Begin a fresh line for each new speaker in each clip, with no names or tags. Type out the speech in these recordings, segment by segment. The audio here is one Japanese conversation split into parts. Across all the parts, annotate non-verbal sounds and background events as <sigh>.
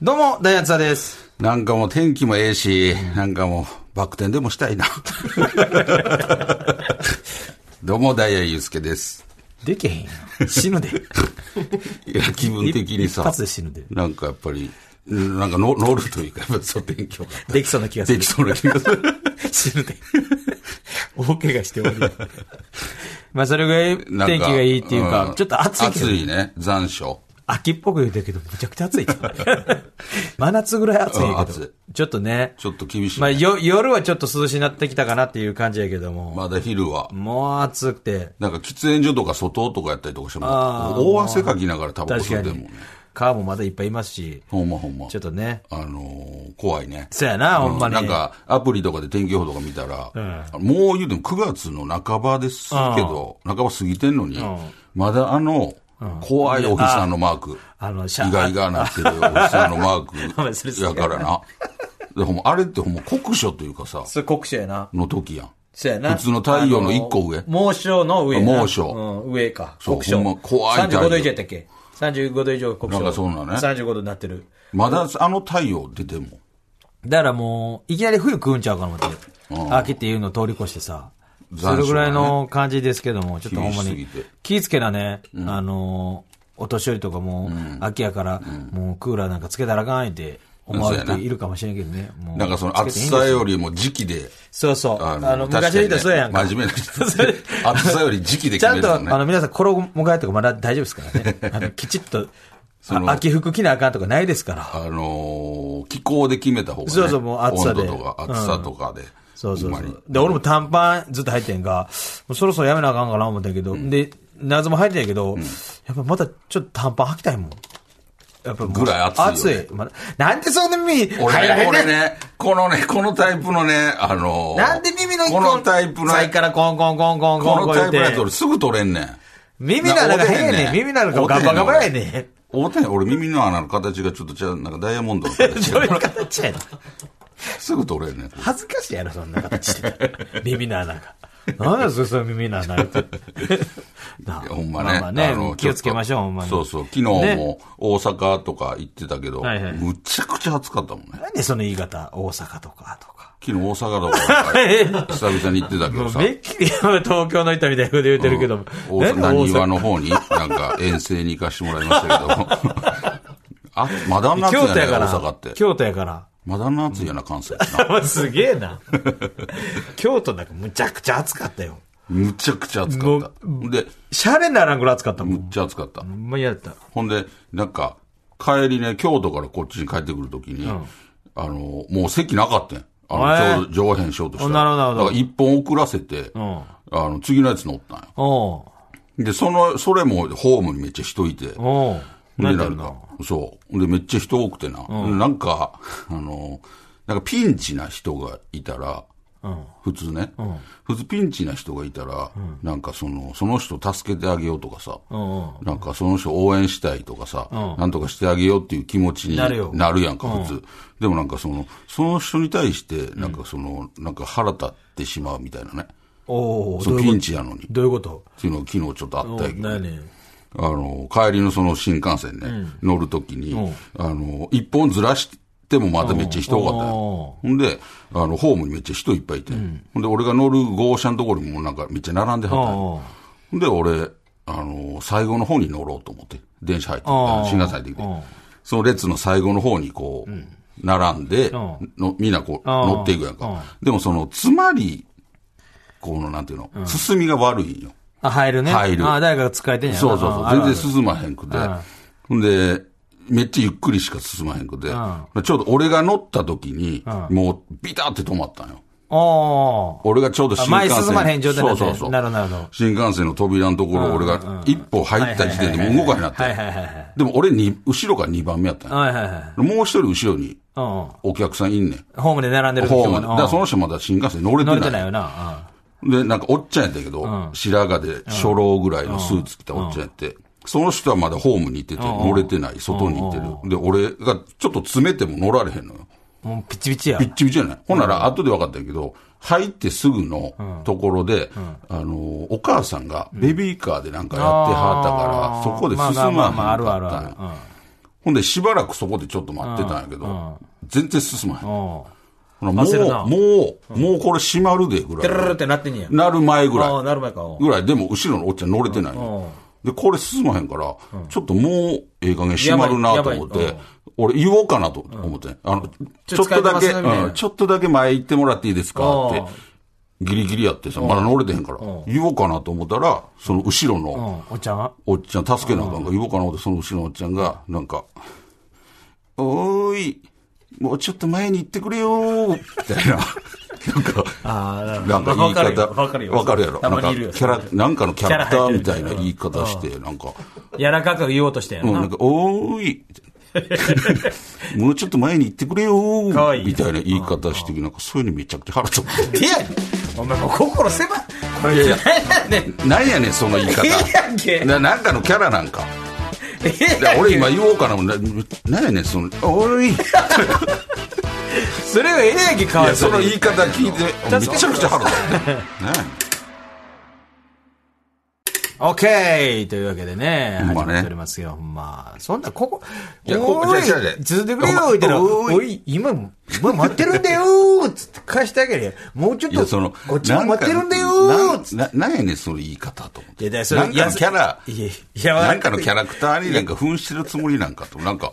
どうも、ダイアンツァです。
なんかもう天気もええし、なんかもうバク転でも
<laughs>
したいな。どうも、ダイヤユウスケです。
でけへんよ。
<laughs>
死ぬで。
いや、気分的に
一
さ
発、で死ぬで。
なんかやっぱり、うんなんかの乗るというか、やっぱりそう勉強が。
できそうな気がす
で
る
き。そうな気がする。
死ぬで。大怪我して終
<laughs>
わり。まあ、それぐらい
なんか
天気がいいっていうか
ん、
ちょっと暑いけど
暑、いね、残暑。
秋っぽく言うてるけど、むちゃくちゃ暑いけど。 <laughs> 真夏ぐらい暑いん
うん
やけ
暑
ど
い。
ちょっとね。
ちょっと厳しいね、
まあ、よ、夜はちょっと涼しになってきたかなっていう感じやけども。
まだ昼は。
もう暑くて。
なんか喫煙所とか外とかやったりとかしても、
あー
大汗かきながらタバコ吸
確か
っても
に
ね。。
川もまだいっぱいいますし。
ほんまほんま。
ちょっとね。
あのー怖いね。
そやな、ほんまに。
なんか、アプリとかで天気予報とか見たら、もう言うても9月の半ばですけど、半ば過ぎてんのに、まだあの、怖いお日さんのマーク、
あの、シャ
意外がなってるお日さんのマ
<laughs> ごめんそれ
ーク
好きや
やか
な
らな。でほんまあれってほんま酷暑というかさ、
それ酷暑やな。
の時やん。
そうやな。
普通の太陽の一個上
あの猛暑の上な。
猛暑
うん、上か。
そう
酷暑。
ほんま怖い太陽
35度以上やったっけ ?35 度以上酷暑。
なんかそうなね
35度になってる。
まだあの太陽出ても、
だからもう、いきなり冬食うんちゃうかな思って。秋っていうのを通り越してさ。
残暑がね
それぐらいの感じですけども、ちょっとほん
厳
ま
しす
に
ぎて、
気ぃつけなね、あのー、お年寄りとかも、秋やから、もうクーラーなんかつけたらあかんって思われ
そうや
て
ない
るかもしれんけどね。もう
なんかその
つけ
暑
ていいんですよ
さよりも時期で、
そうそう。あの、
確か
昔
に
で
ね
言ったら <laughs> そうやんか。
真面目な人って暑さより時期で
ち
決
ゃ
める
んと、
の
あ
ね。
の、皆さん、衣替えとかまだ大丈夫ですからね。あの、きちっと、
その
あ秋服着なあかんとかないですから。
あのー気候で決めた方が、ね、
そうそうもう暑さで
温度とか暑さとかで、
そうそう
ほんま
そ
に
う。で、俺も短パンずっと入ってんが、もうそろそろやめなあかんかな思ったけど、で、謎も入ってんやけど、やっぱまだちょっと短パン履きたいもん。やっぱもう
ぐらい暑いよね
暑い。まだなんでそんな耳、入
俺
ら
ね、
へんね
俺
ん
ね、このね、このタイプのね、あのー
なんで耳の一
このタイプの、
さっきからコンコンコンコンコ
こ
ン
の
コン
タイプのやつ
言う
俺
て
すぐ取れんねん。
耳の穴が変やねん。耳の穴がガバガバやねん。
大谷、俺耳の穴の形がちょっとちゃう、なんかダイヤモンドの
<laughs>
形
どう
や
い
ね
うん形やねん。
すぐ取れんねん。
恥ずかしいやろ、そんな形してたら。耳の穴が。なんだそれ、その耳の穴ってなあ
ほんま
あ
ね。
あ
あの
気をつけましょ
ちっと
う、ほんまに。
そうそう。昨日
ね
も大阪とか行ってたけど、
はいはい
むちゃくちゃ暑かったもんね。
何その言い方、大阪とか、とか。
昨日大阪と
<laughs>
か、久々に行ってたけど
もう
さ。
めっきり東京の人みたいなこと言うてるけども。
大
なんで
阪庭の方に、なんか遠征に行かしてもらいましたけ
<laughs>
ど。あ、まだ夏
京
や
都
ね
やか
大阪
ら
って。。
京都やから。 <laughs>
まだ夏やな、関西ってな。
すげえな。京都なんかむちゃくちゃ暑かったよ。
むちゃくちゃ暑かった。で、
シャレにならんぐらい暑かったもん。
むっちゃ暑かった。
ほんま嫌だった。
ほんで、なんか、帰りね、京都からこっちに帰ってくるときに、あの、もう席なかったん。あの、
えー
ちょうど上辺しようとした
なるほどなるほど
だから一本遅らせて、
うん。お
あの、次のやつ乗ったんよ。
お
で、その、それもホームにめっちゃ人いて。
おう
で
何だろう
な。
なん
かそう。で、めっちゃ人多くてな。なんか、あの、なんかピンチな人がいたら、普通ね、普通ピンチな人がいたら、なんかその、その人助けてあげようとかさ、
うんうん。
なんかその人応援したいとかさ、なんとかしてあげようっていう気持ちに
なるよ
なるやんか、普通。でもなんかその、その人に対して、なんかその、なんか腹立ってしまうみたいなね。
おお
そのピンチやのに。っ
どういうこと
ていうのが昨日ちょっとあったんやけど
何。やねん。
あの、帰りのその新幹線ね、乗るときに、あの、一本ずらしてもまためっちゃ人多かったよ。ほんで、あの、ホームにめっちゃ人いっぱいいて。ほんで、俺が乗る号車のところにもなんかめっちゃ並んではったよ。
あ
ほんで、俺、あの、最後の方に乗ろうと思って、電車入って、あの新幹線入ってきて、その列の最後の方にこう、並んで、のみんなこう、
あ
乗っていくやんか。でもその、つまり、この、なんていうの、進みが悪いんよ。
あ、入るね。
入る
あ、誰かが使えてんやな
そうそうそう。
あるあ
全
る
然進まへんくて。ほんで、めっちゃゆっくりしか進まへんくて。ちょうど俺が乗った時に、もうビタって止まったんよ。
あ
俺がちょうど新幹線。
あ前進まれへん状態になって
そうそうそう
なるほどなるほど
新幹線の扉のところ、俺が一歩入った時点でもう動かへんなっ
はいはいはいはいはい
て。でも俺に、後ろが2番目やったん
あ。
や
はいはいはい。
もう一人後ろに
うんうん。
お客さんいんねん。
ホームで並んでる
ホー
人
ム
も
にだからその人まだ新幹線乗れ
乗れ
て
て
な
な
い
よ
い。
な。
で、なんかおっちゃんやったけど、白髪で初老ぐらいのスーツ着たおっちゃんやって、その人はまだホームにいてて、乗れてない、外にいてる。で、俺がちょっと詰めても乗られへんのよ。
うんもうピッチピチや
ピ。ッチピチじゃない。ほんなら、後で分かったんやけど、入ってすぐのところで、あの、お母さんがベビーカーでなんかやってはったから、そこで進まへん
まあまあまああるある
か
ある
ったんや。ほんで、しばらくそこでちょっと待ってたんやけど、全然進まへん。
うん。
ほなも
焦るな
う、もう、もうこれ閉まるでぐ
テルルル
ら
っ
い。
てなってんねや。
なる前ぐ
あ
ら
あ、
い。
なる前か。うん
ぐらい、でも後ろのおっちゃん乗れてないので、これ進まへんから、ちょっともうええ加減閉まるなと思っ
やばいや
て
ばい、
俺言おうかなと思って、あの、
ち
ち
ょ
ょ
っ
っ
と
とだけ、
使えてますねみたいな
うんちょっとだけ前行ってもらっていいですかっ
う
て
ん、
ギリギリやってさ、まだ乗れてへんから、言おうかなと思ったら、その後ろの
うん。おっちゃんは
おっちゃん、助けなあかんから言おうかな思って、その後ろのおっちゃんが、なんか、おーい、もうちょっと前に行ってくれよー、みたいな。 <laughs> なんか、
あ
なんか言い方、
わかるよ。
わかるやろ。
た
なん
ま
か、
にい
キ
るよ。
ャラ、なんかのキャラクターみたいな
キャラ
言い方して、なんか、
柔らかく言おうとしてや
うん、
な。
なんか、おー
<laughs>
い、もうちょっと前に行ってくれよ
かわいい
ー、みたいな言い方して、なんかそういうのめちゃくちゃ腹立って。
いやお前もう心狭い。これ
いやいや
何やねん。
なんやねん、その言い方
<laughs> ええやんけ。
ななんかのキャラなんか。
ええやん
いや俺今言おうかなもんな、なんやねん、その、おーい。
それはええやんけ、か
い
わ
や
い
そ
そう
の
に
言い方聞いてめちゃくちゃ腹立つね
オッケーというわけでね、
ほん
始
まね
まっておりますよ。ほんまあ、そんな、ここ、
いやこ
お
こ
ー
じゃあじゃあ
い、続いてくれよ、言うたら、
おーい
おい、今、今待ってるんだよーつって返してあげりゃ、もうちょっ
いやそ
と
の、
こっちも待ってるんだよーつっ。
ななんやねんその言い方と思ってて
いやだ
なんかのキャラ
いや、いや
なんかのキャ
ラ。
ラクターになんか扮してるつもりなんかとなんか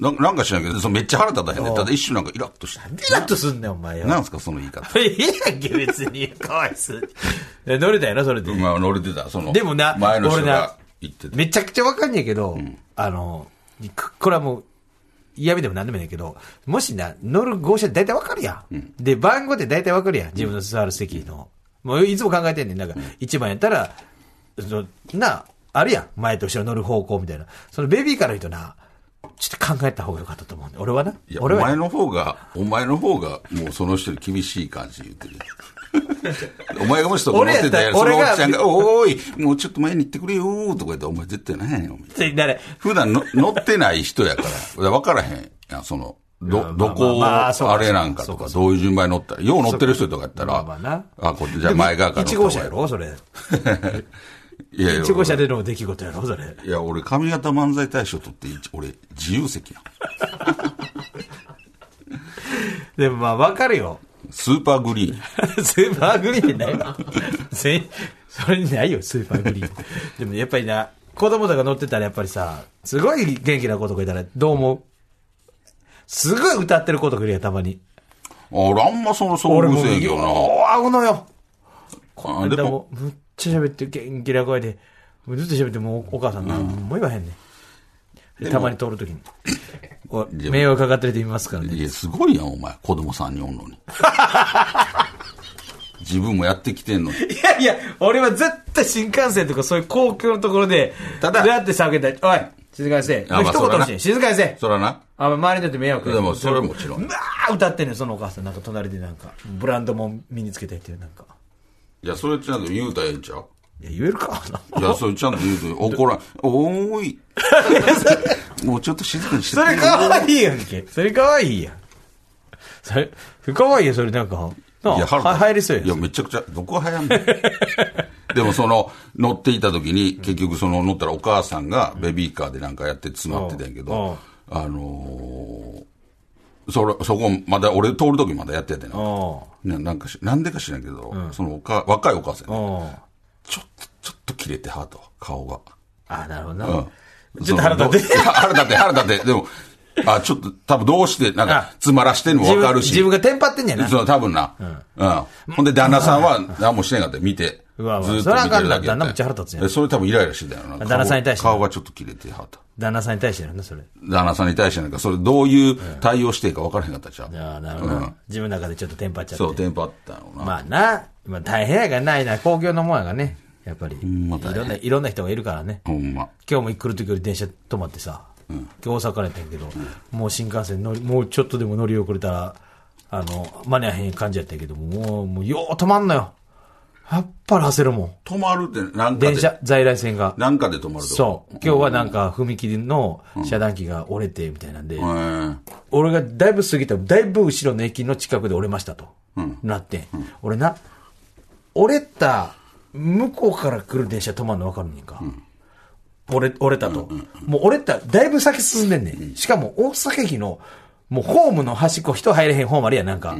ななんか知らんけどそのめっちゃ腹立たへんねただ一瞬なんかイラッとして
イラッとすんねん、お前よ。
なんすかその言い方
<laughs> いやいや、別に、かわいそうに。え乗れたよな、それで。
まあ乗れてたその
でもな、
前の人
俺な
が言ってて
めちゃくちゃわかんねえけど、あの、くこれはもう、嫌味でも何でもないけど、もしな、乗る号車って大体わかるやん。で、番号って大体わかるやん。自分の座る席の。もういつも考えてんねん。なんか、一番やったら、そのな、あるやん。前と後ろ乗る方向みたいな。そのベビーカーの人な、ちょっと考えた方がよかったと思うんだ。俺はな。
いやお
俺は
前の方がお前の方がもうその人に厳しい感じ言ってる <laughs> お前がもしそこ乗ってたやつそ
俺
のお
や
っ
っ
ち
た
ゃ
ら
んが「おーいもうちょっと前に行ってくれよ」とか言ってお前絶対なんやねんお前
ってなれ
普段の乗ってない人やから、だ分からへんやん、その、
まあ
ど、
まあ
どこを、
まあまあそうか
あれなんか
そう
と
か
か、どういう順番に乗ったら、よう乗ってる人とかやったら、
まあまあな
あ、こっち、じゃあ前側から乗
1
った方
号
がいい。
車やろそれ。 <laughs>
いやいや
1号車での出来事やろそれ。
いや、俺、上方漫才大賞取って、一俺、自由席やん。
でもまあ、わかるよ。
スーパーグリーン。
<laughs> スーパーグリーンないわ。全員それにないよ、スーパーグリーン。でもやっぱりな、子供とか乗ってたらやっぱりさ、すごい元気な子とかいたら、どう思うすごい歌ってる子とかいるやんたまに。
あ俺、あんまその、そう
俺
る
も
せえん
う
けど
わ、合うのよ。
な。
あ
あ
ん
で
た
も、
も、むっちゃ喋って元気な声で、もうずっと喋って、もうお母さん何も言わへんねん。たまに通るときに。お
でも
迷惑かかってるって言いますからね。
いや、すごいやん、お前、子供さんにおん
<laughs>
のに。自分もやってきてんのに。
いやいや、俺は絶対新幹線とかそういう公共のところで、
ただ
どうやって叫んだり、おい、静かにせえ。
あまあ
一言欲し
そ
い。静かにせえ。
そらな。
あ、周りにとって迷惑
でも、それはもちろん
う。わー歌ってんねん、そのお母さん。なんか隣でなんか、ブランドも身につけてっていう、なんか。
いや、それちゃんと言うたらええんちゃう
いや、言えるか。
いや、それちゃんと言うと、怒らん。お
<laughs>
ーい。もうちょっと静かにして
それかわいいやんけ。それかわいいやん。それ、それかわいいやん、それなんか。ないあ
や、腹
は
立つ
入りそうや
いや、
ん。
めちゃくちゃ、どこはやんの
<laughs>
でもその、乗っていた時に、結局その、乗ったらお母さんがベビーカーでなんかやって詰まってたんやけど、あのー、それ、そこ、まだ、俺通る時まだやっててな。
お
ななんかし、なんでか知らんけど、そのおか、若いお母さん
う
ね、
おう
ちょっと、ちょっと切れてはと、顔が。
あ、なるほどな。
うん <laughs>
ちょっと腹立って
そのど腹立って、腹立って。でも、あ、ちょっと、多分どうして、なん
あ
か、詰まらしてんのも
自
わか
分
るし。
自分がテンパってんねんな。
そう、多分な。うん。ほんで、旦那さんは、何もしてなかった。見て。
うわうわ
ずっと見
それはあか
て
ん
る
な
だけ
旦那めっちゃ腹立つやん
えそれ多分イライラしてたよな。
旦那さんに対して
顔顔がちょっと切れてはった。
旦那さんに対してなんだ、それ。
旦那さんに対してなんか、それどういう対応していいか分からへんかったじゃん。
ああ、なるほど、自分の中でちょっとテンパっちゃって。
そう、テンパったのな。
まあな、まあ大変やがないな、公共のもんやがね。やっぱり。
ま大
いろんな、いろんな人がいるからね。
ほんま。
今日も来るときより電車止まってさ、今日大阪からやったんやけど、もう新幹線乗り、もうちょっとでも乗り遅れたら、あの、間に合わへん感じやったけど、もう、もうよう止まんのよ。やっぱり焦るもん。
止まるって、なんか
電
で
車、、在来線が。
なんかで止まると。
そう。今日はなんか踏切の遮断機が折れて、みたいなんで、
えー
俺がだいぶ過ぎた、だいぶ後ろの駅の近くで折れましたと、なって、俺な、折れた、向こうから来る電車止まるの分かるねんか。折れ、折れたと。もう折れた、だいぶ先進んでんねん。しかも大阪駅の、もうホームの端っこ人入れへんホームあるやん、なんか。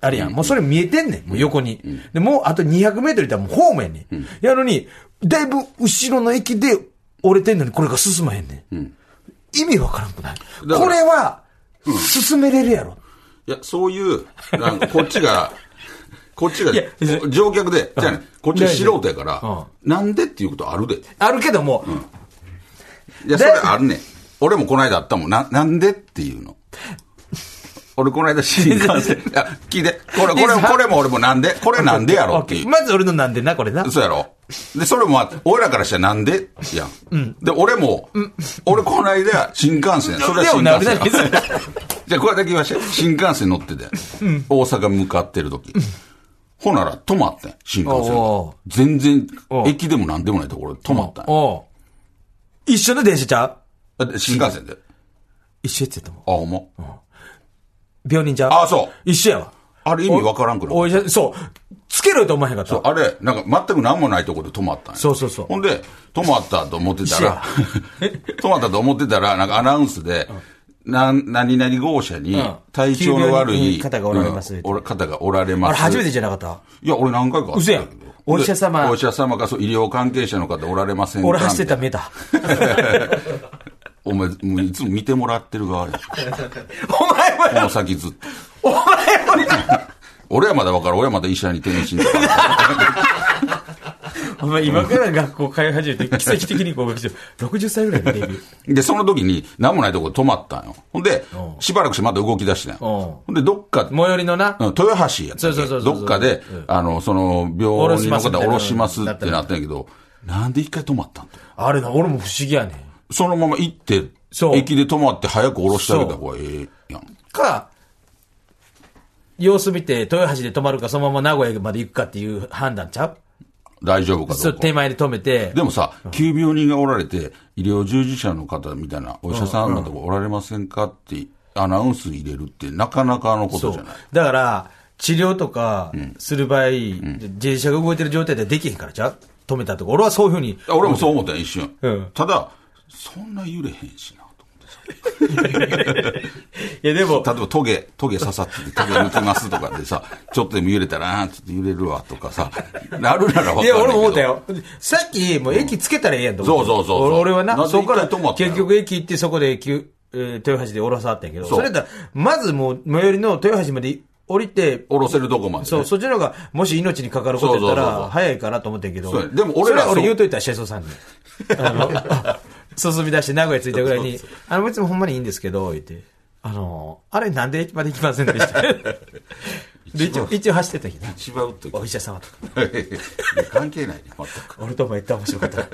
あるやん。もうそれ見えてんねん。もう横に。で、もうあと200メートルいったらもうホームやねん。やのに、だいぶ後ろの駅で折れてんのにこれが進まへんねん。意味わからんくない
ら
これは、進めれるやろ。
いや、そういう、なんかこっちが、こっちが
いや、
乗客で、じゃあね、こっちが素人やか
う
ら、なんでっていうことあるで。い
あるけども、
や、それあるねん。俺もこの間あったもん。な、なんでっていうの。俺この間新幹線、いや、聞いて、これ、これ、これも俺もなんで、これなんでやろっていう。
まず俺のなんでな、これな。
<laughs> そうやろで、それもあって、俺らからしたらなんでやん。で、俺も、俺この間、新幹線、それは新幹線
でもなるな
や。 <laughs> じゃあ、これだけ言わして。新幹線乗ってて、大阪向かってる時。ほなら、止まってん、新幹線
おうおう
が。全然
お、う
駅でもなんでもないところで止まったんや
おう一緒の電車ちゃう
だって新幹線で。
一緒やつやと思う。
あ、ほんま。
病人ちゃう
あ、そう。
一緒やわ。
あれ意味わからんくな
お医者、そう。つけろよと思わへんかった。
あれ、なんか全く何もないところで止まったんや。
そうそうそう
ほんで、止まったと思ってたら、 <laughs> 止まったと思ってたら、なんかアナウンスで、なん何々号車に
ん
体調の悪
急病
い、
に方がおられます
うんおら方がおられます。
あれ初めてじゃなかった
いや、俺何回かあったけど。
嘘やんお医者様
でお医者様か、そう、医療関係者の方おられませんか
俺走ってた、見
み
えた。
た <laughs> いなお前、もういつも見てもらってる側や。
お前
この
は、
先ずっと。
お前は、
俺はまだ分かる。俺はまだ医者に転身とか。
お前今から学校通い始めて、奇跡的に合格してる、60歳ぐらいでデビュー。
で、その時に、何もないとこで止まったんよ。ほんで
う、ん
しばらくしてまた動き出してんよ。ほんで、どっか、
最寄りのな
うん、、豊橋やったっけ
そうそうそうそう
どっかで、あの、その、病院の方降ろしますってなったんやけど、なんで一回止まったんと。
あれな、俺も不思議やねん。
そのまま行って
そ、う
駅で止まって早く降ろしてあげた方がええやん。
か、様子見て、豊橋で泊まるか、そのまま名古屋まで行くかっていう判断ちゃう
大丈夫か
そ
ど
う
う
手
か。
前で止めて、
でもさ、急病人がおられて、医療従事者の方みたいな、お医者さんのとこおられませんかって、アナウンス入れるって、なかなかのこと
そ
じゃ
う
ない。。
だから、治療とかする場合、自転車が動いてる状態ではできへんからちゃう止めたとこ。俺はそういうふうに。
俺もそう思ったよ一瞬。
うん
ただ、そんな揺れへんしな。
いや、でも、
例えばトゲ、トゲ刺さってて、トゲ抜きますとかでさ、ちょっとでも揺れたら、あーちょっと揺れるわとかさ、なるならわかる
いや、俺も思ったよ。さっき、もう駅つけたらええやんと思って。
そうそうそうそう
俺俺はな、
なぜ
そこから、
一回止まったの
結局駅行ってそこで急、えー豊橋で降ろさはったんやけど、
そう
それだったら、まずもう、最寄りの豊橋まで降りて、
下ろせるとこまでね、
そう、そっちの方が、もし命にかかることやった
そうそうそうそ
ら、
う
早いかなと思ってんけど。
そうやでも俺ら
それは
そう
俺言うといたら、シェ
<laughs>
ソさんに。あの、あ進み出して名古屋着いたぐらいに、あの、別にほんまにいいんですけど、言って。あの、あれなんで駅まで行きませんでしたで一応、一応走ってたけど。
一番打っとき
お医者様とか。
関係ないね、全く。
俺とも言ったら面白かった。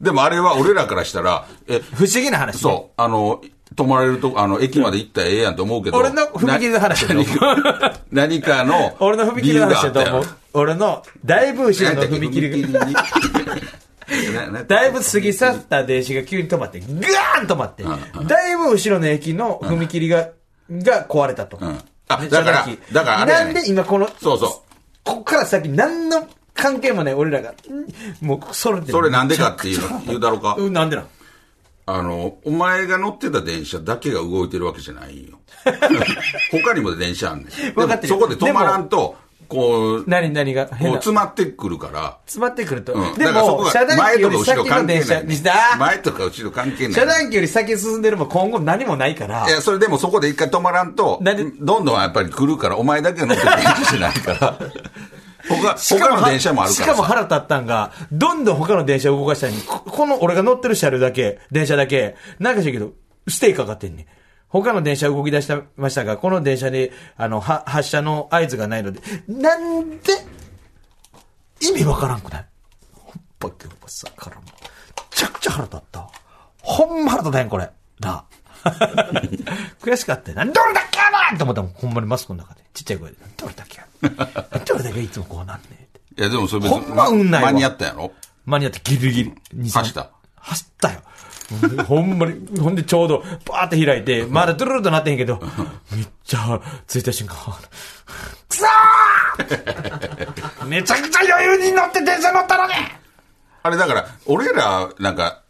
でもあれは俺らからしたら、え、
不思議な話ね。
そう、あの、泊まれるとこ、あの、駅まで行ったらええやんと思うけど。
俺の踏切の話だと
な
思
何か、何かの、
俺の踏切の話だ
理
と思う
由があっ。
俺の、だいぶ後
た
ろ
よ
の踏切が、
になな
だいぶ過ぎ去った電車が急に止まって、ガーン止まって、だいぶ後ろの駅の踏切が、が壊れたと。
んあだから
遮断機
だからあれや
な
ね
んで今この、
そうそう。
こっから先何の関係もない俺らが、んもう、それで。
それなんでかっていうの言うだろうか。
うん、なんでなん
あの、お前が乗ってた電車だけが動いてるわけじゃないんよ。 <laughs> 他にも電車あんねん。で
わ
も
かってる
そこで止まらんと、こう、こ
何、何が
う
変な。
詰まってくるから。
詰まってくると。
うん
で
だからそ
も
こ、が
遮断
前
機よ
とか後
り
ろ
先の
関係
電
な
車、
いねん。
西田
前とか後ろ関係ない。
遮断機より先進んでるもん今後何もないから
い。や、それでもそこで一回止まらんと、
なんで <laughs>
どんどんやっぱり来るから、お前だけが乗ってる電車じゃないから。他、
しかも
他の電車もあるから
しかも
さ。
腹立ったんが、どんどん他の電車を動かしたのに、ここの俺が乗ってる車両だけ、電車だけ、なんかしらんけど、ステーキかかってんねん。他の電車動き出してましたが、この電車に、あの、は発車の合図がないので、なんで、意味わからんくないほんま今日もさからも、めちゃくちゃ腹立った。ほんま腹立たへん、これ。な <laughs> あ悔しかったよなんで俺だけやなと思ったもん、ほんまにマスクの中で。ちっちゃい声で。なんで俺だけやなんで俺だけいつもこうなんねんって。
いや、でもそれ別に、
ほんま運ないわ
間に合ったやろ
間に合ってギリギリ。2
走った。
走ったよ。ほんまに、ほんでちょうど、バーって開いて、まだドゥルルとなってへんけど、めっちゃ、着いた瞬間、くそーめちゃくちゃ余裕に乗って電車乗ったのに
あれだから、俺ら、なんか、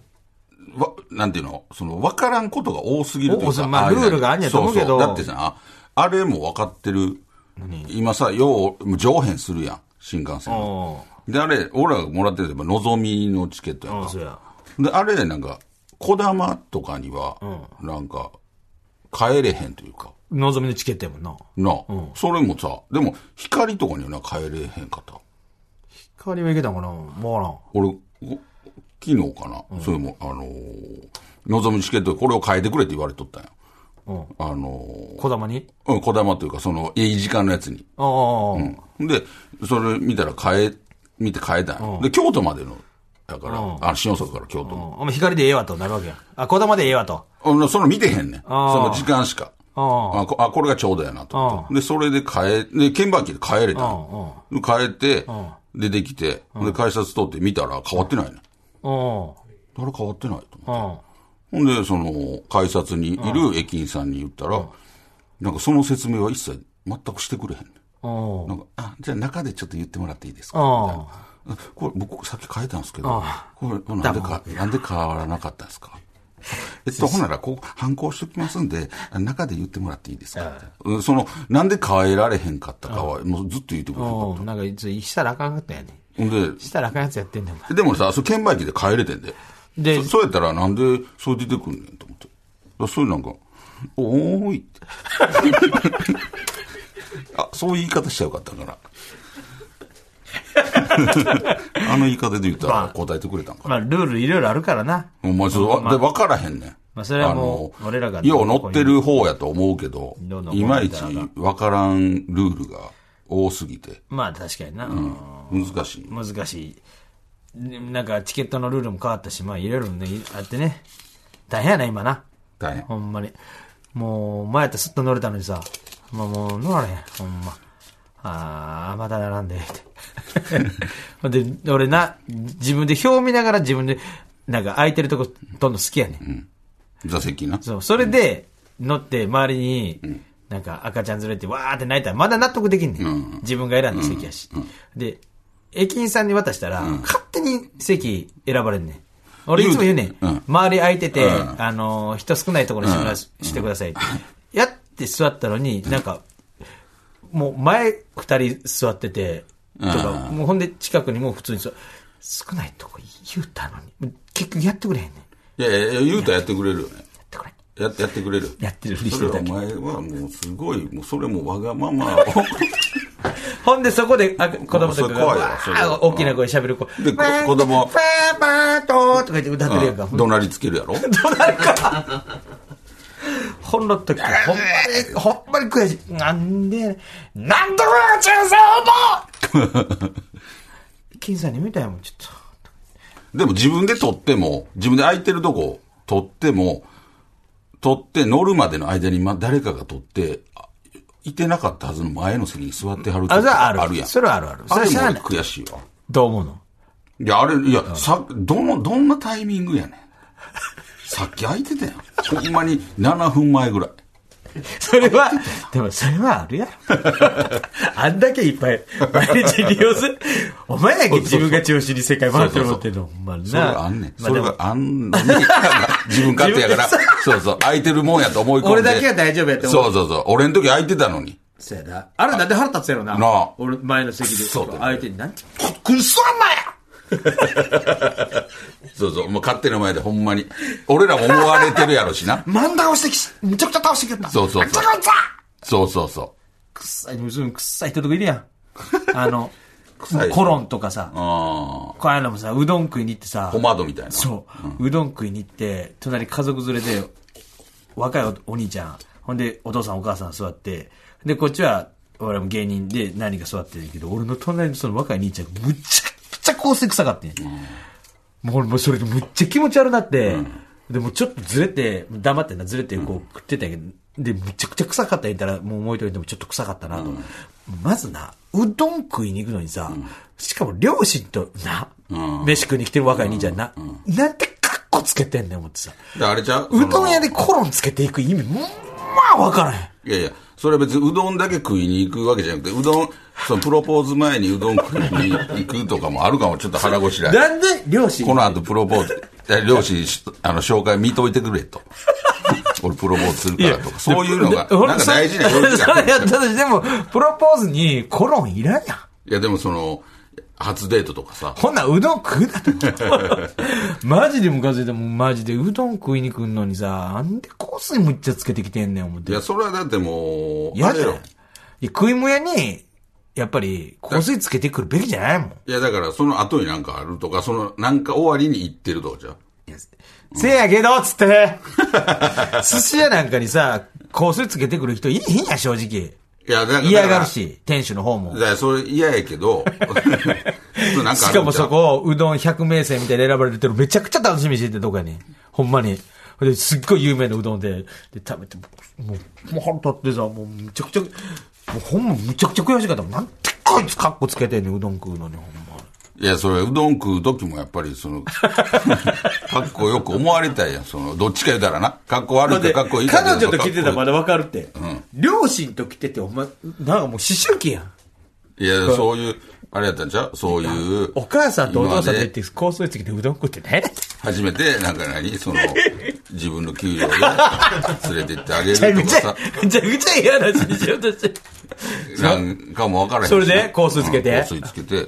わ、なんていうのその、わからんことが多すぎるとい
多
う
す
か。
ぎまあ
れだ
ルールがあんねやと思うけど
そそだってさ、あれも分かってる。今さ、よう、上辺するやん。新幹線の。で、あれ、俺らがもらってるのぞみのチケットやんか。
や。
で、あれ、なんか、こだまとかには、なんか、帰れへんというか、
望みのチケットやもんな。
なあ、それもさ、でも、光とかにはな、帰れへんかった。
代わりはいけたんかなもうな。
俺、お昨日かな、それも、あのー、望むチケットでこれを変えてくれって言われとったんや。
うん。
あの
小玉に
ー、うん、こだまというか、その、いい時間のやつに。
ああ、
うん。で、それ見たら変え、見て変えたんや。で、京都までの、だから、あの、新大阪から京都の。
お前光でええわとなるわけや。あ、小玉でええわと。
あのその見てへんねん。そ
あー
の時間しか。
あ
あこあ、これがちょうどやなと思って。で、それで変え、で、券売機で変えれたの。で変えて、出てきて、で、改札通って見たら変わってないね。
うん。
あれ変わってないと
う
思って。
ん。
ほんで、その、改札にいる駅員さんに言ったら、なんかその説明は一切全くしてくれへんね
うん。
ん。なんか、あ、じゃあ中でちょっと言ってもらっていいですかみたいな
あ。
これ、僕、さっき変えたんですけど、これ、これなんでか、なんで変わらなかったんですかえっと、ほんなら、こう、反抗しておきますんで、中で言ってもらっていいですかうんその、なんで変えられへんかったかは、もうずっと言ってくれ
あ。
る。ほ
うん。なんか、いつ、したらあかんかったやね
んで、
したらあかんやつやってんねん、お前。
でもさ、そう券売機で帰れてんで。
で
そ、そうやったらなんでそう出てくんねんと思って。だからそういうなんか、おーいって。 <laughs> あ、そういう言い方しちゃよかったから。 <laughs> あの言い方で言ったら答えてくれたんかな。
まあ、ルールいろいろあるからな。
お前、そうわで、分からへんねん。
まあそれはもう
あの
俺らが
よう乗ってる方やと思うけど
どんど、ん
いまいち分からんルールが多すぎて、
まあ、確かにな。
難しい。
難しい。なんか、チケットのルールも変わったし、まあ、いろいろね、あってね。大変やな、今な。
大変。
ほんまに。もう、前やったらすっと乗れたのにさ。まあ、もう乗られへん、ほんま。あー、また並んで、 <laughs> って。ほんで、俺な、自分で表見ながら自分で、なんか空いてるとこ、どんどん好きやねん。
座席な。
そう、それで、乗って周りに、なんか赤ちゃん連れてわーって泣いたらまだ納得できんねん。自分が選んだ席やし。で、駅員さんに渡したら、勝手に席選ばれんねん。俺いつも言うねん。
うん
周り空いてて、
うん
あのー人少ないところにして,、してくださいって。やって座ったのに、なんか、もう前二人座ってて、とか、もうほんで近くにもう普通に座少ないとこ言うたのに、結局やってくれへんねん。や
いやいやいや、言うたらやってくれるよね。
ってくれん。
ややってくれる。
やってるふりし
そ
て
れ
る
はお
だけ。
前はもうすごい、もうそれもわがままを。
ほんで、そこで、あ子供とかが、
怖いわ
わ
それは
ー大きな声喋る子。
で、こ子供は
パーパーとーとか言って歌ってるやんか。
怒鳴りつけるやろ
ほんの時、ほんまに、ほんまに悔しい。なんで、なんとかが中世
<laughs>
も金さんに見たやもん、ちょっ
でも自分で取っても、自分で空いてるとこ取っても、取って乗るまでの間に、ま、誰かが取って、あいてなかったはずの前の席に座ってはる
と。あ、それはある。
あるやん。
それはあるある。そ
あ
れ
れ
は
も
しゃあない。
悔しいわ。
どう思うの
いや、あれ、いや、さ、どの、どんなタイミングやねん。さっき空いてたやん。ほんまに7分前ぐらい。
それ
<laughs>
は、でもそれはあるやろ。 <laughs> あんだけいっぱい、毎日利用する。お前やけ自分が中心に世界回ってるもんってんの。ほんまにな
それがあんねん。そ
まで
れ
も
があんのに、自分勝手やから、そうそう、空いてるもんやと思い込んで。
俺だけは大丈夫やって思う
そうそうそう、俺の時空いてたのに。
そうやな。あれなんで腹立つやろな。
なあ
俺、前の席で。
そうだよ
相手になんて。
くっそお前やそうそう、もう勝手の前でほんまに。俺らも思われてるやろしな。
真ん中を指摘し、めちゃくちゃ倒してくれた。
そうそうそう
あっちゃこいつ
そうそうそ
<laughs> くっさい、むずくっさい人とかいるやん。あの、
臭い
コロンとかさ、
あ
こういうのもさ、うどん食いに行ってさ
あ、、ポマードみたいな。
そう、うどん食いに行って、隣家族連れで、若いおお兄ちゃん、ほんで、お父さんお母さん座って、で、こっちは、俺も芸人で何人か座ってるけど、俺の隣のその若い兄ちゃん、むちゃくちゃ香水臭かってん。もう俺もうそれでむっちゃ気持ち悪なって、でもうちょっとずれて、黙ってな、ずれてこう食ってたんやけど、で、むちゃくちゃ臭かった言ったら、もう覚えておいてもちょっと臭かったなと。まずな、うどん食いに行くのにさ、しかも両親とな、飯食いに来てる若い兄ちゃんな、なんてカッコつけてんねん思ってさ、
で、あれちゃう
うどん屋で
その
コロンつけていく意味、まあわからへん。
いやいや、それは別にうどんだけ食いに行くわけじゃなくて、うどん、そのプロポーズ前にうどん食いに行くとかもあるかも、ちょっと腹ごしらえ。
なんで両親
この後プロポーズ、え両親しあの、紹介見といてくれと。俺プロポーズするからとか、そういうのが、
で
なんか大事な
そ
要
れ
素
<laughs> そ
があるん
れ
で
や
す
っ
よ
たとしても、プロポーズにコロンいらんやん。
いや、でもその、初デートとかさ、
ほんならうどん食うなと。マジでムカついたもん、マジで。うどん食いに来んのにさ、なんで香水むっちゃつけてきてんねん、思っ
い
て。
や、それはだってもう、
嫌
あれ
じゃ
よ
ないいや食いもやに、やっぱり香水つけてくるべきじゃないもん。
いや、だから、その後になんかあるとか、その、なんか終わりに行ってるとかじゃん。
せやけど、つって。 <laughs> 寿司屋なんかにさ、香水つけてくる人いいへんや、正直。
いや、だから。
嫌がるし、店主の方も
だ。から、それ嫌やけど、そうなんあるんちゃう
<laughs> しかもそ、こ、うどん100名店みたいに選ばれてる、めちゃくちゃ楽しみにしてて、どこやねん。ほんまに。ほんですっごい有名なうどんで、で、食べて、もう、もう腹立ってさ、もうむちゃくちゃ、もうほんまむちゃくちゃ悔しかった。なんてこいつカッコつけてんねん、うどん食うのに、ほんま。
いや、それ、うどん食う時もやっぱり、そ
<laughs>
の、かっこよく思われたいやん、その、どっちか言うたらな。かっこ悪いかかっこいいか
彼女と来てたらま
だ。
だわかるって。両親と来てて、お前、なんかもう思春期やん。
いや、そういう、あれやったんちゃうそういう。
お母さんとお父さんと行って
今まで、
香水つけてうどん食うってね。
初めて、なんか何
<laughs>
その、自分の給料で連れてってあげ
めちゃ
る
く
と
ち
か
ゃ
さ、、
めちゃくちゃ嫌な話にしようとして。
なんかもわからへんし
それで香水つけて
うん香水つけて。
め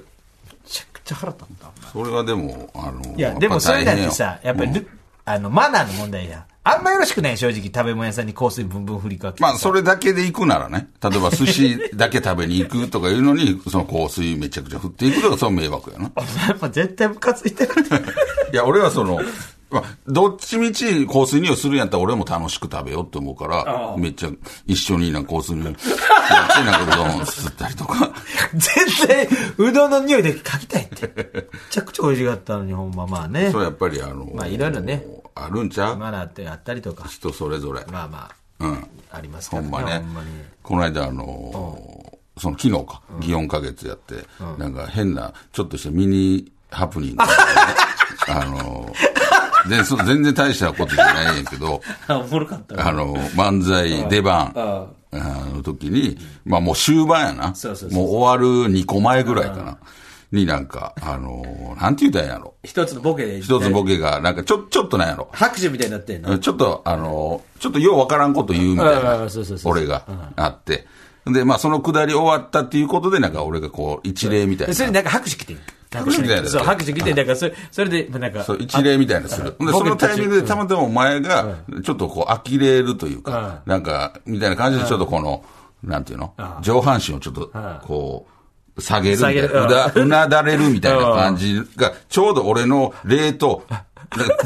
ちゃくちゃ腹立った。
それはでも、あの、
いや、
っぱ
でもそれだっ
大変
て
よ
さ、やっぱり、
うん
あの、マナーの問題や。あんまよろしくない、正直。食べ物屋さんに香水ぶんぶん振りかけてさ。
まあ、それだけで行くならね、例えば寿司だけ食べに行くとかいうのに、その香水めちゃくちゃ振っていくとか、その迷惑やな。
<laughs> やっぱ絶対ムカついてるって。 <laughs>
いや、俺はその、まあ、どっちみち香水匂いするんやったら俺も楽しく食べようって思うから、めっちゃ一緒になんか香水匂いやってなんかうどんすったりとか。
絶対、うどんの匂いでかきたいって。めちゃくちゃ美味しかったのに、ほんままあね
そ。れやっぱりあの、
<laughs> まあいろいろね。
あるんちゃう
マナーってあったりとか。
人それぞれ。
まあま
うん。
あ、ありますか
ほ
ら
んま
ね。
ね
ほんまに。。
この間、あのー、その昨日か、祇園花月やって、なんか変な、ちょっとしたミニハプニング
<laughs>
があってね。あのー、でそ全然大したことじゃないんやけど、
あ、おもろかったな。
あのー、漫才出番、
あ
あの時に、まあもう終盤やな。
そうそうそう
もう終わる2個前ぐらいかな。になんか、あのー、なんて言うたらいいんやろ。
一つのボケで。
一つボケが、なんかちょ、ちょっとなんやろ。
拍手みたいになってんの。
ちょっと、あの、ちょっとようわからんこと言うみたい
うんう
なん
そうそう、そう
俺があって。で、まあ、そのくだり終わったっていうことで、なんか俺がこう、一例みたい
でそれ
な。
でなんか拍手来てん。
拍手みたいな
そう、拍手来てん。だから、それ、それで、まあなんか。
そう、一例みたいなする。で、そのタイミングでたまたまお前が、ちょっとこう、呆れるというか、なんか、みたいな感じで、ちょっとこの、なんていうの上半身をちょっと、こう、下げるみたい
下げるうん
な。うだ、うなだれるみたいな感じが、ちょうど俺の例と、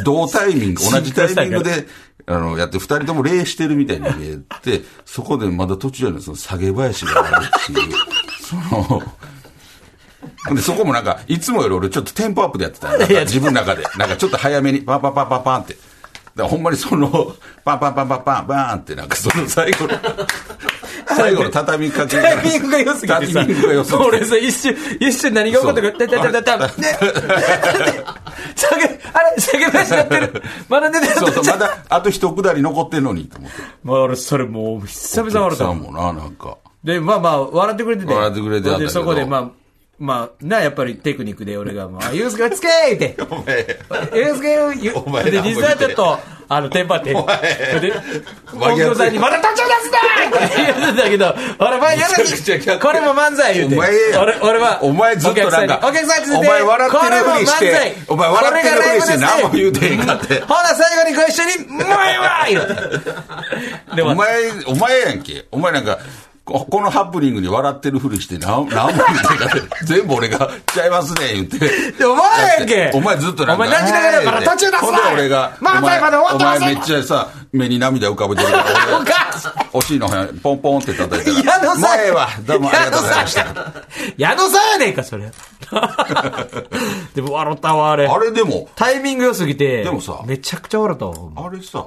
同タイミ <laughs> ング、同じタイミングで、あの、やって、二人とも礼してるみたいに見えて、そこでまだ途中やねんその下げ林があるっていう、その、で、そこもなんか、いつもより俺ちょっとテンポアップでやってたよなんか自分の中で。なんかちょっと早めに、パンパンパンパンパンって。だからほんまにその、パンパンパンパンパン、バーンって、なんかその最
<laughs>
後の、最後の畳みかけ
タイミングが良すぎてさ。
タイミングが良すぎて
俺さ、一瞬、一瞬何が起こったか、
そう
たたたたた、ね、下げ、あれ、下げ出しやってる。まだ出てる。
そうそう、まだ、あと一くだり残ってんのに、と思って。
まあ俺、それもう、久々笑ったも
さ
ん
んもな、なんか。
で、まあまあ、笑ってくれてて。
笑ってくれてたんだけ
で、
ど
そこで、まあ、まあ、な、やっぱりテクニックで俺が、まあ、ユースケつけーって。
お前、
ユースケーゆ
お前
で、
なんも言
実
って
際ちょっと、あの、テンパって。で、
真
音響
逆
さんに、また立ちを出すなーって言ってたけど、俺、前やら
めちゃくちゃ逆
これも漫才言うて。
お前や
俺、俺は、
お前ずっとなんか、
お客さんに
お前笑ってるふりして、お前笑ってるふりして何も言うてへんかって
ほ。な、最後にご一緒に、もうええわー言うてで
お
も、
前、お前やんけ。お前なんか、ここのハプニングに笑ってるふりして、なん、なんも言ってなかった全部俺が、ちゃいますね、言って。
でお前やんけ
お前ずっとなんか。
お前泣きながらやから
はい
途中だっす
ほんで俺が、
漫才まで終わってませ
お
ん
前めっちゃさ、目に涙浮かべてるから、
お
俺が
かしい
お尻の辺、ポンポンって叩いて
矢野さん
前は、どうもありがとうございました。
矢野さんやねん
<laughs>
か、それ。でも笑ったわ、あれ。
あれでも、
タイミング良すぎて。
でもさ
めちゃくちゃ笑ったわ、ほんま
あれさ、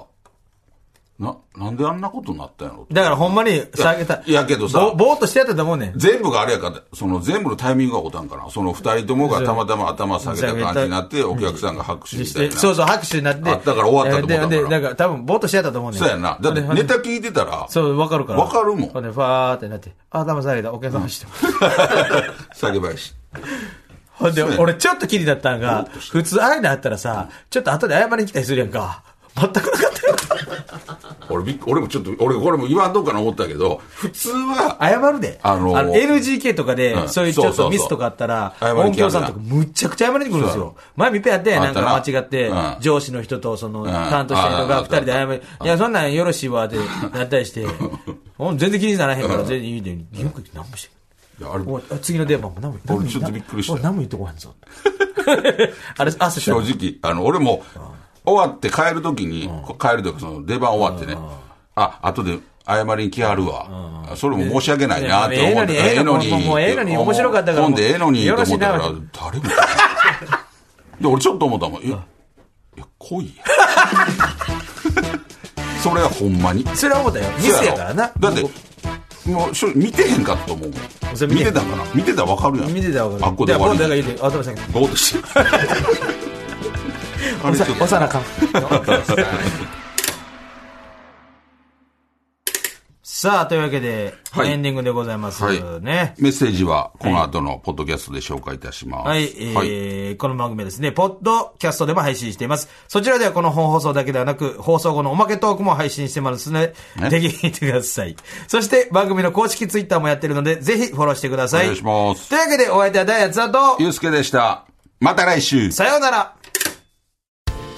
な、なんであんなことになったんやろって
だからほんまに、下げた。
いやけどさ
ぼぼーっとしてやったと思うねん。
全部があれやから、その全部のタイミングがおたんかな。その二人ともがたまたま頭下げた感じになって、お客さんが拍手み
した
い
て
な。
そうそう、拍手になって。
あだから終わったと思ったから
で、でだから多分、ぼーっとしてやったと思うねん。
そうやんな。だって
ほんで
ネタ聞いてたら、
そう、わかるから。
わかるもん
ほんで、ファーってなって、あ、騙された、お客様して。
<laughs> 下げ林。
ほんで、
そうや
俺ちょっと気になったんが、普通ああいうのあったらさ、ちょっと後で謝りに来たりするやんか。全くなかったよ。
俺びっ、俺もちょっと、俺これも言わんとうかな思ったけど、普通は、
謝るで。
あのー
LGK とか
う
で、
ん
そういうちょっ
そうそうそ
と
う
ミスとかあったら、
謝りに来はるな
音響さんとかむちゃくちゃ謝りに来るんですよ。前みぺやって、
あ
な
っ
ん
た
か
な
間違って
うん、
上司の人とその、
ん
担当した人
あ
が
あ
二人で謝り、いや、そんなんよろしいわ、で、なったり
<laughs>
して、ほん全然気にならへんから、全然いいで、よく何もしてない
いやあれ、
お次の電話も何も言
俺ちょっとびっくりした
お何も言ってこへんぞ。 <laughs> あれ、汗した
正直、あの、俺も、終わって帰るときに、帰るとき、その出番終わってね、あ、後で謝りに来はるわ。それも申し訳ないなって
いや
思って、
ええのにええのにもうもうええのに面白かったから
ほんでええのにと
よ
思
ろ
っ
しい
た
な
から、誰も。で、俺ちょっと思ったもん。え、いや、来いや。 <laughs> それはほんまに。
それは思ったよ。ミスやからな。
だって、もう、しょ見てへんかったと思うも
そ
ん。
れ見
見
てへ
て
ん
たかな見てたらわかるやん。
見てたらわかる。
あっこで終わ
だから
り。
言うて、頭下げて。
ゴーとしてる。あれちょっと
おさなかん。さあ、というわけで、
はい
エンディングでございます。
はい
ね。
メッセージはこの後のポッドキャストで紹介いたします。
はい、えーこの番組はですね、ポッドキャストでも配信しています。そちらではこの本放送だけではなく、放送後のおまけトークも配信してますので、
ね
ぜひ見てください。そして番組の公式ツイッターもやってるので、ぜひフォローしてくださ
お
い。
願いします
というわけで、お相手はダイアツだと、
ゆうすけでした。また来週。
さようなら。